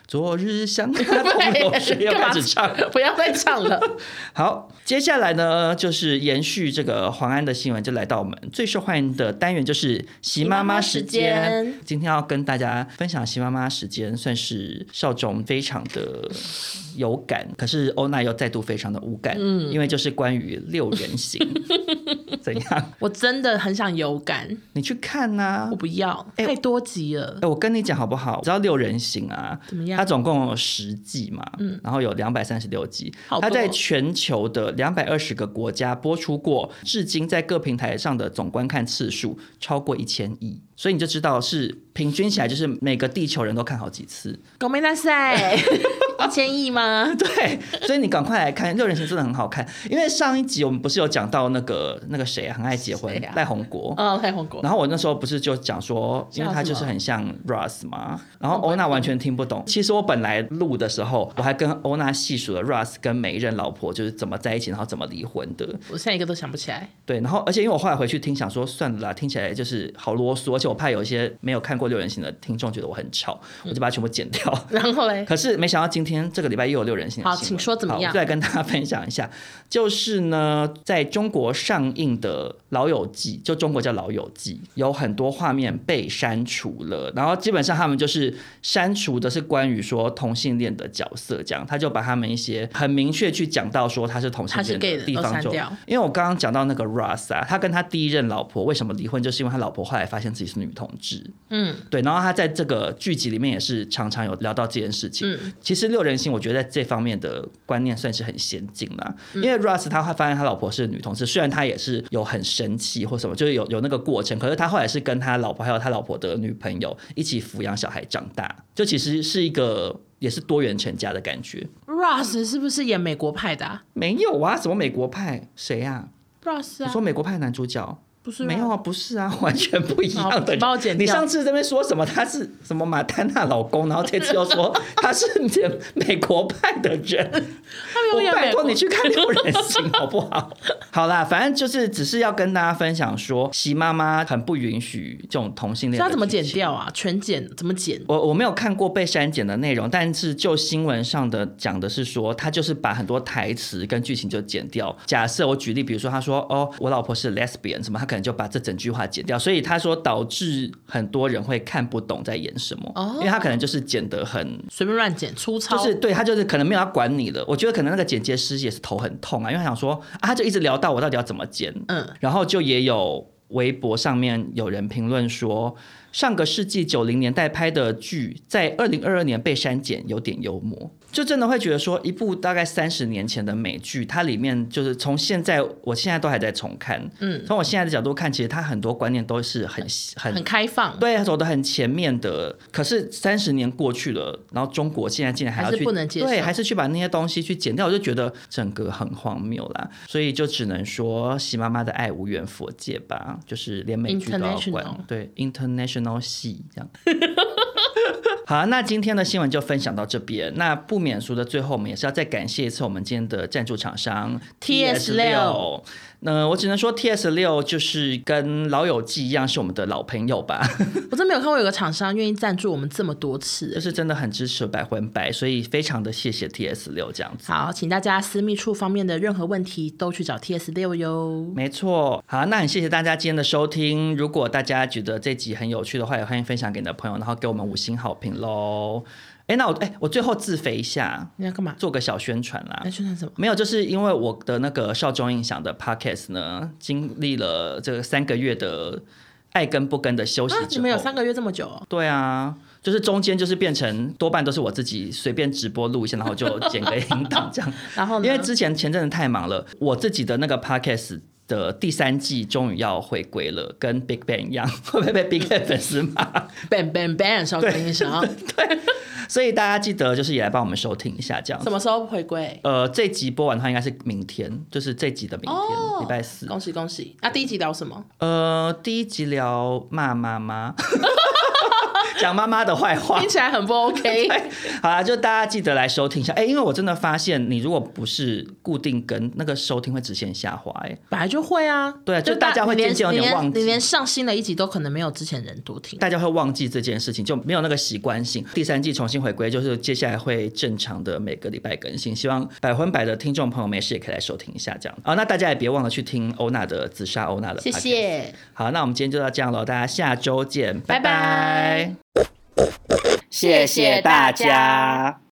昨日想他风落水，又开始唱了。
不要再唱了。
好，接下来呢，就是延续这个黄安的新闻，就来到我们最受欢迎的单元，就是席妈妈时
席妈妈时
间
间。
今天要跟大家分享席妈妈时间，算是少总非常的有感，可是欧娜又再度非常的无感，嗯，因为就是关于六人行， 怎样？
我真的很想有感，
你去看呐、
我不要，
哎
太多集了
哎、。我跟你讲好不好？你知道六人行啊，
怎么样嗯
它总共有十季嘛，然后有两百三十六集，
好多哦
它在全球的两百二十个国家播出过，至今在各平台上的总观看次数超过一千亿，所以你就知道是平均起来就是每个地球人都看好几次。
狗妹大赛 一千亿吗？
对，所以你赶快来看《六人行》，真的很好看。因为上一集我们不是有讲到那个那个谁啊很爱结婚
谁啊
赖宏国，
哦，太红果。
然后我那时候不是就讲说，因为他就是很像 Russ 嘛，然后欧娜完全听不懂。其实我本来录的时候，我还跟欧娜细数了 Russ 跟每一任老婆就是怎么在一起，然后怎么离婚的。
我现在一个都想不起来。
对，然后而且因为我后来回去听，想说算了啦，听起来就是好啰嗦，而且我怕有一些没有看过六人行的听众觉得我很吵，我就把它全部剪掉。
然后嘞，
可是没想到今天这个礼拜又有六人行的
好
新闻
请说怎么样
好我再来跟大家分享一下， 就是呢，在中国上映的《老友记》，就中国叫《老友记》，有很多画面被删除了，然后基本上他们就是删除的是关于说同性恋的角色，这样他就把他们一些很明确去讲到说他是同性
他是 gay
恋
的
地
都
方
删
就
掉，
因为我刚刚讲到那个 Russ 啊，他跟他第一任老婆为什么离婚，就是因为他老婆后来发现自己是女同志，
嗯，
对，然后他在这个剧集里面也是常常有聊到这件事情。其实六人行，我觉得在这方面的观念算是很先进啦。因为 Russ 他会发现他老婆是女同志，虽然他也是有很生气或什么，就是有有那个过程，可是他后来是跟他老婆还有他老婆的女朋友一起抚养小孩长大，就其实是一个也是多元成家的感觉。
Russ 是不是演美国派的、啊、
没有啊，什么美国派谁呀、
？Russ
啊？你
啊
说，美国派男主角？
不是
没有
Russ
啊，不是啊， 完全不一样的
好
人。
帮我剪掉
你上次这边说什么他是什么马丹娜老公，然后这次又 说他是美国派的人，
他没有
我
演
拜
美
托
国
你去看六人行好不好？好啦，反正就是只是要跟大家分享说，席妈妈很不允许这种同性
所以
恋。
他怎么剪？掉啊？全剪怎么剪？
我我没有看过被删减的内容，但是就新闻上的讲的是说，他就是把很多台词跟剧情就剪掉。假设我举例，比如说他说哦，我老婆是 lesbian 什么，他可能就把这整句话剪掉。所以他说导致很多人会看不懂在演什么，
哦
因为他可能就是剪得很。
随便乱剪，粗糙。
就是对他就是可能没有要管你了，我觉得可能那个剪接师也是头很痛啊，因为他想说啊，他就一直聊到我到底要怎么剪，
嗯，
然后就也有微博上面有人评论说，上个世纪九零年代拍的剧，在二零二二年被删减，有点幽默。就真的会觉得说，一部大概三十年前的美剧，它里面就是从现在，我现在都还在重看。
嗯，
从我现在的角度看，其实它很多观念都是很很
很开放，
对，走得很前面的。可是三十年过去了，然后中国现在竟然还要
还是
去
不能接受
对，还是去把那些东西去剪掉，我就觉得整个很荒谬啦。所以就只能说，喜妈妈的爱无缘佛界吧，就是连美剧都要
International
关，对，international 戏这样。 好，那今天的新闻就分享到这边。那不免俗的，最后我们也是要再感谢一次我们今天的赞助厂商
TS6
6那我只能说 T S 六就是跟老友记一样，是我们的老朋友吧，
我真没有看过有个厂商愿意赞助我们这么多次
就。是真的很支持百分百，所以非常的谢谢 T S 六这样子。
好，请大家私密处方面的任何问题都去找 T S 六哟。
没错，好，那很谢谢大家今天的收听。如果大家觉得这集很有趣的话，也欢迎分享给你的朋友，然后给我们五星好评喽。哎，那我哎，我最后自肥一下，
你要干嘛？
做个小宣传啦
你要。宣传什么？
没有，就是因为我的那个少中印象的 podcast 呢，经历了这个三个月的爱跟不跟的休息
啊，你
之后，
们有三个月这么久、哦？
对啊，就是中间就是变成多半都是我自己随便直播录一下，然后就剪个音档这样。
然后呢？
因为之前前阵子太忙了，我自己的那个 podcast 的第三季终于要回归了，跟 Big Bang 一样， 会不 会被 Big Bang 粉丝骂？
ban ban ban 少跟一声，
所以大家记得就是也来帮我们收听一下这样
什
子。
么时候回归？
呃，这集播完的话应该是明天，就是这集的明
哦
天，礼拜四。
恭喜恭喜！那、第一集聊什么？
呃，第一集聊骂妈妈，讲妈妈的坏话
听。起来很 不 OK。
好啦，就大家记得来收听一下。哎、因为我真的发现，你如果不是固定跟那个收听会直线下滑、哎，
本来就会啊，
对啊就大家会
你连
渐渐有点
你连
忘记
你连上新的一集都可能没有之前人多听。
大家会忘记这件事情，就没有那个习惯性。第三季重新回归，就是接下来会正常的每个礼拜更新。希望百分百的听众朋友们也是也可以来收听一下这样。哦，那大家也别忘了去听欧娜的自杀欧娜的。
谢。谢，
好，那我们今天就到这样喽，大家下周见，拜
拜拜
谢谢大家。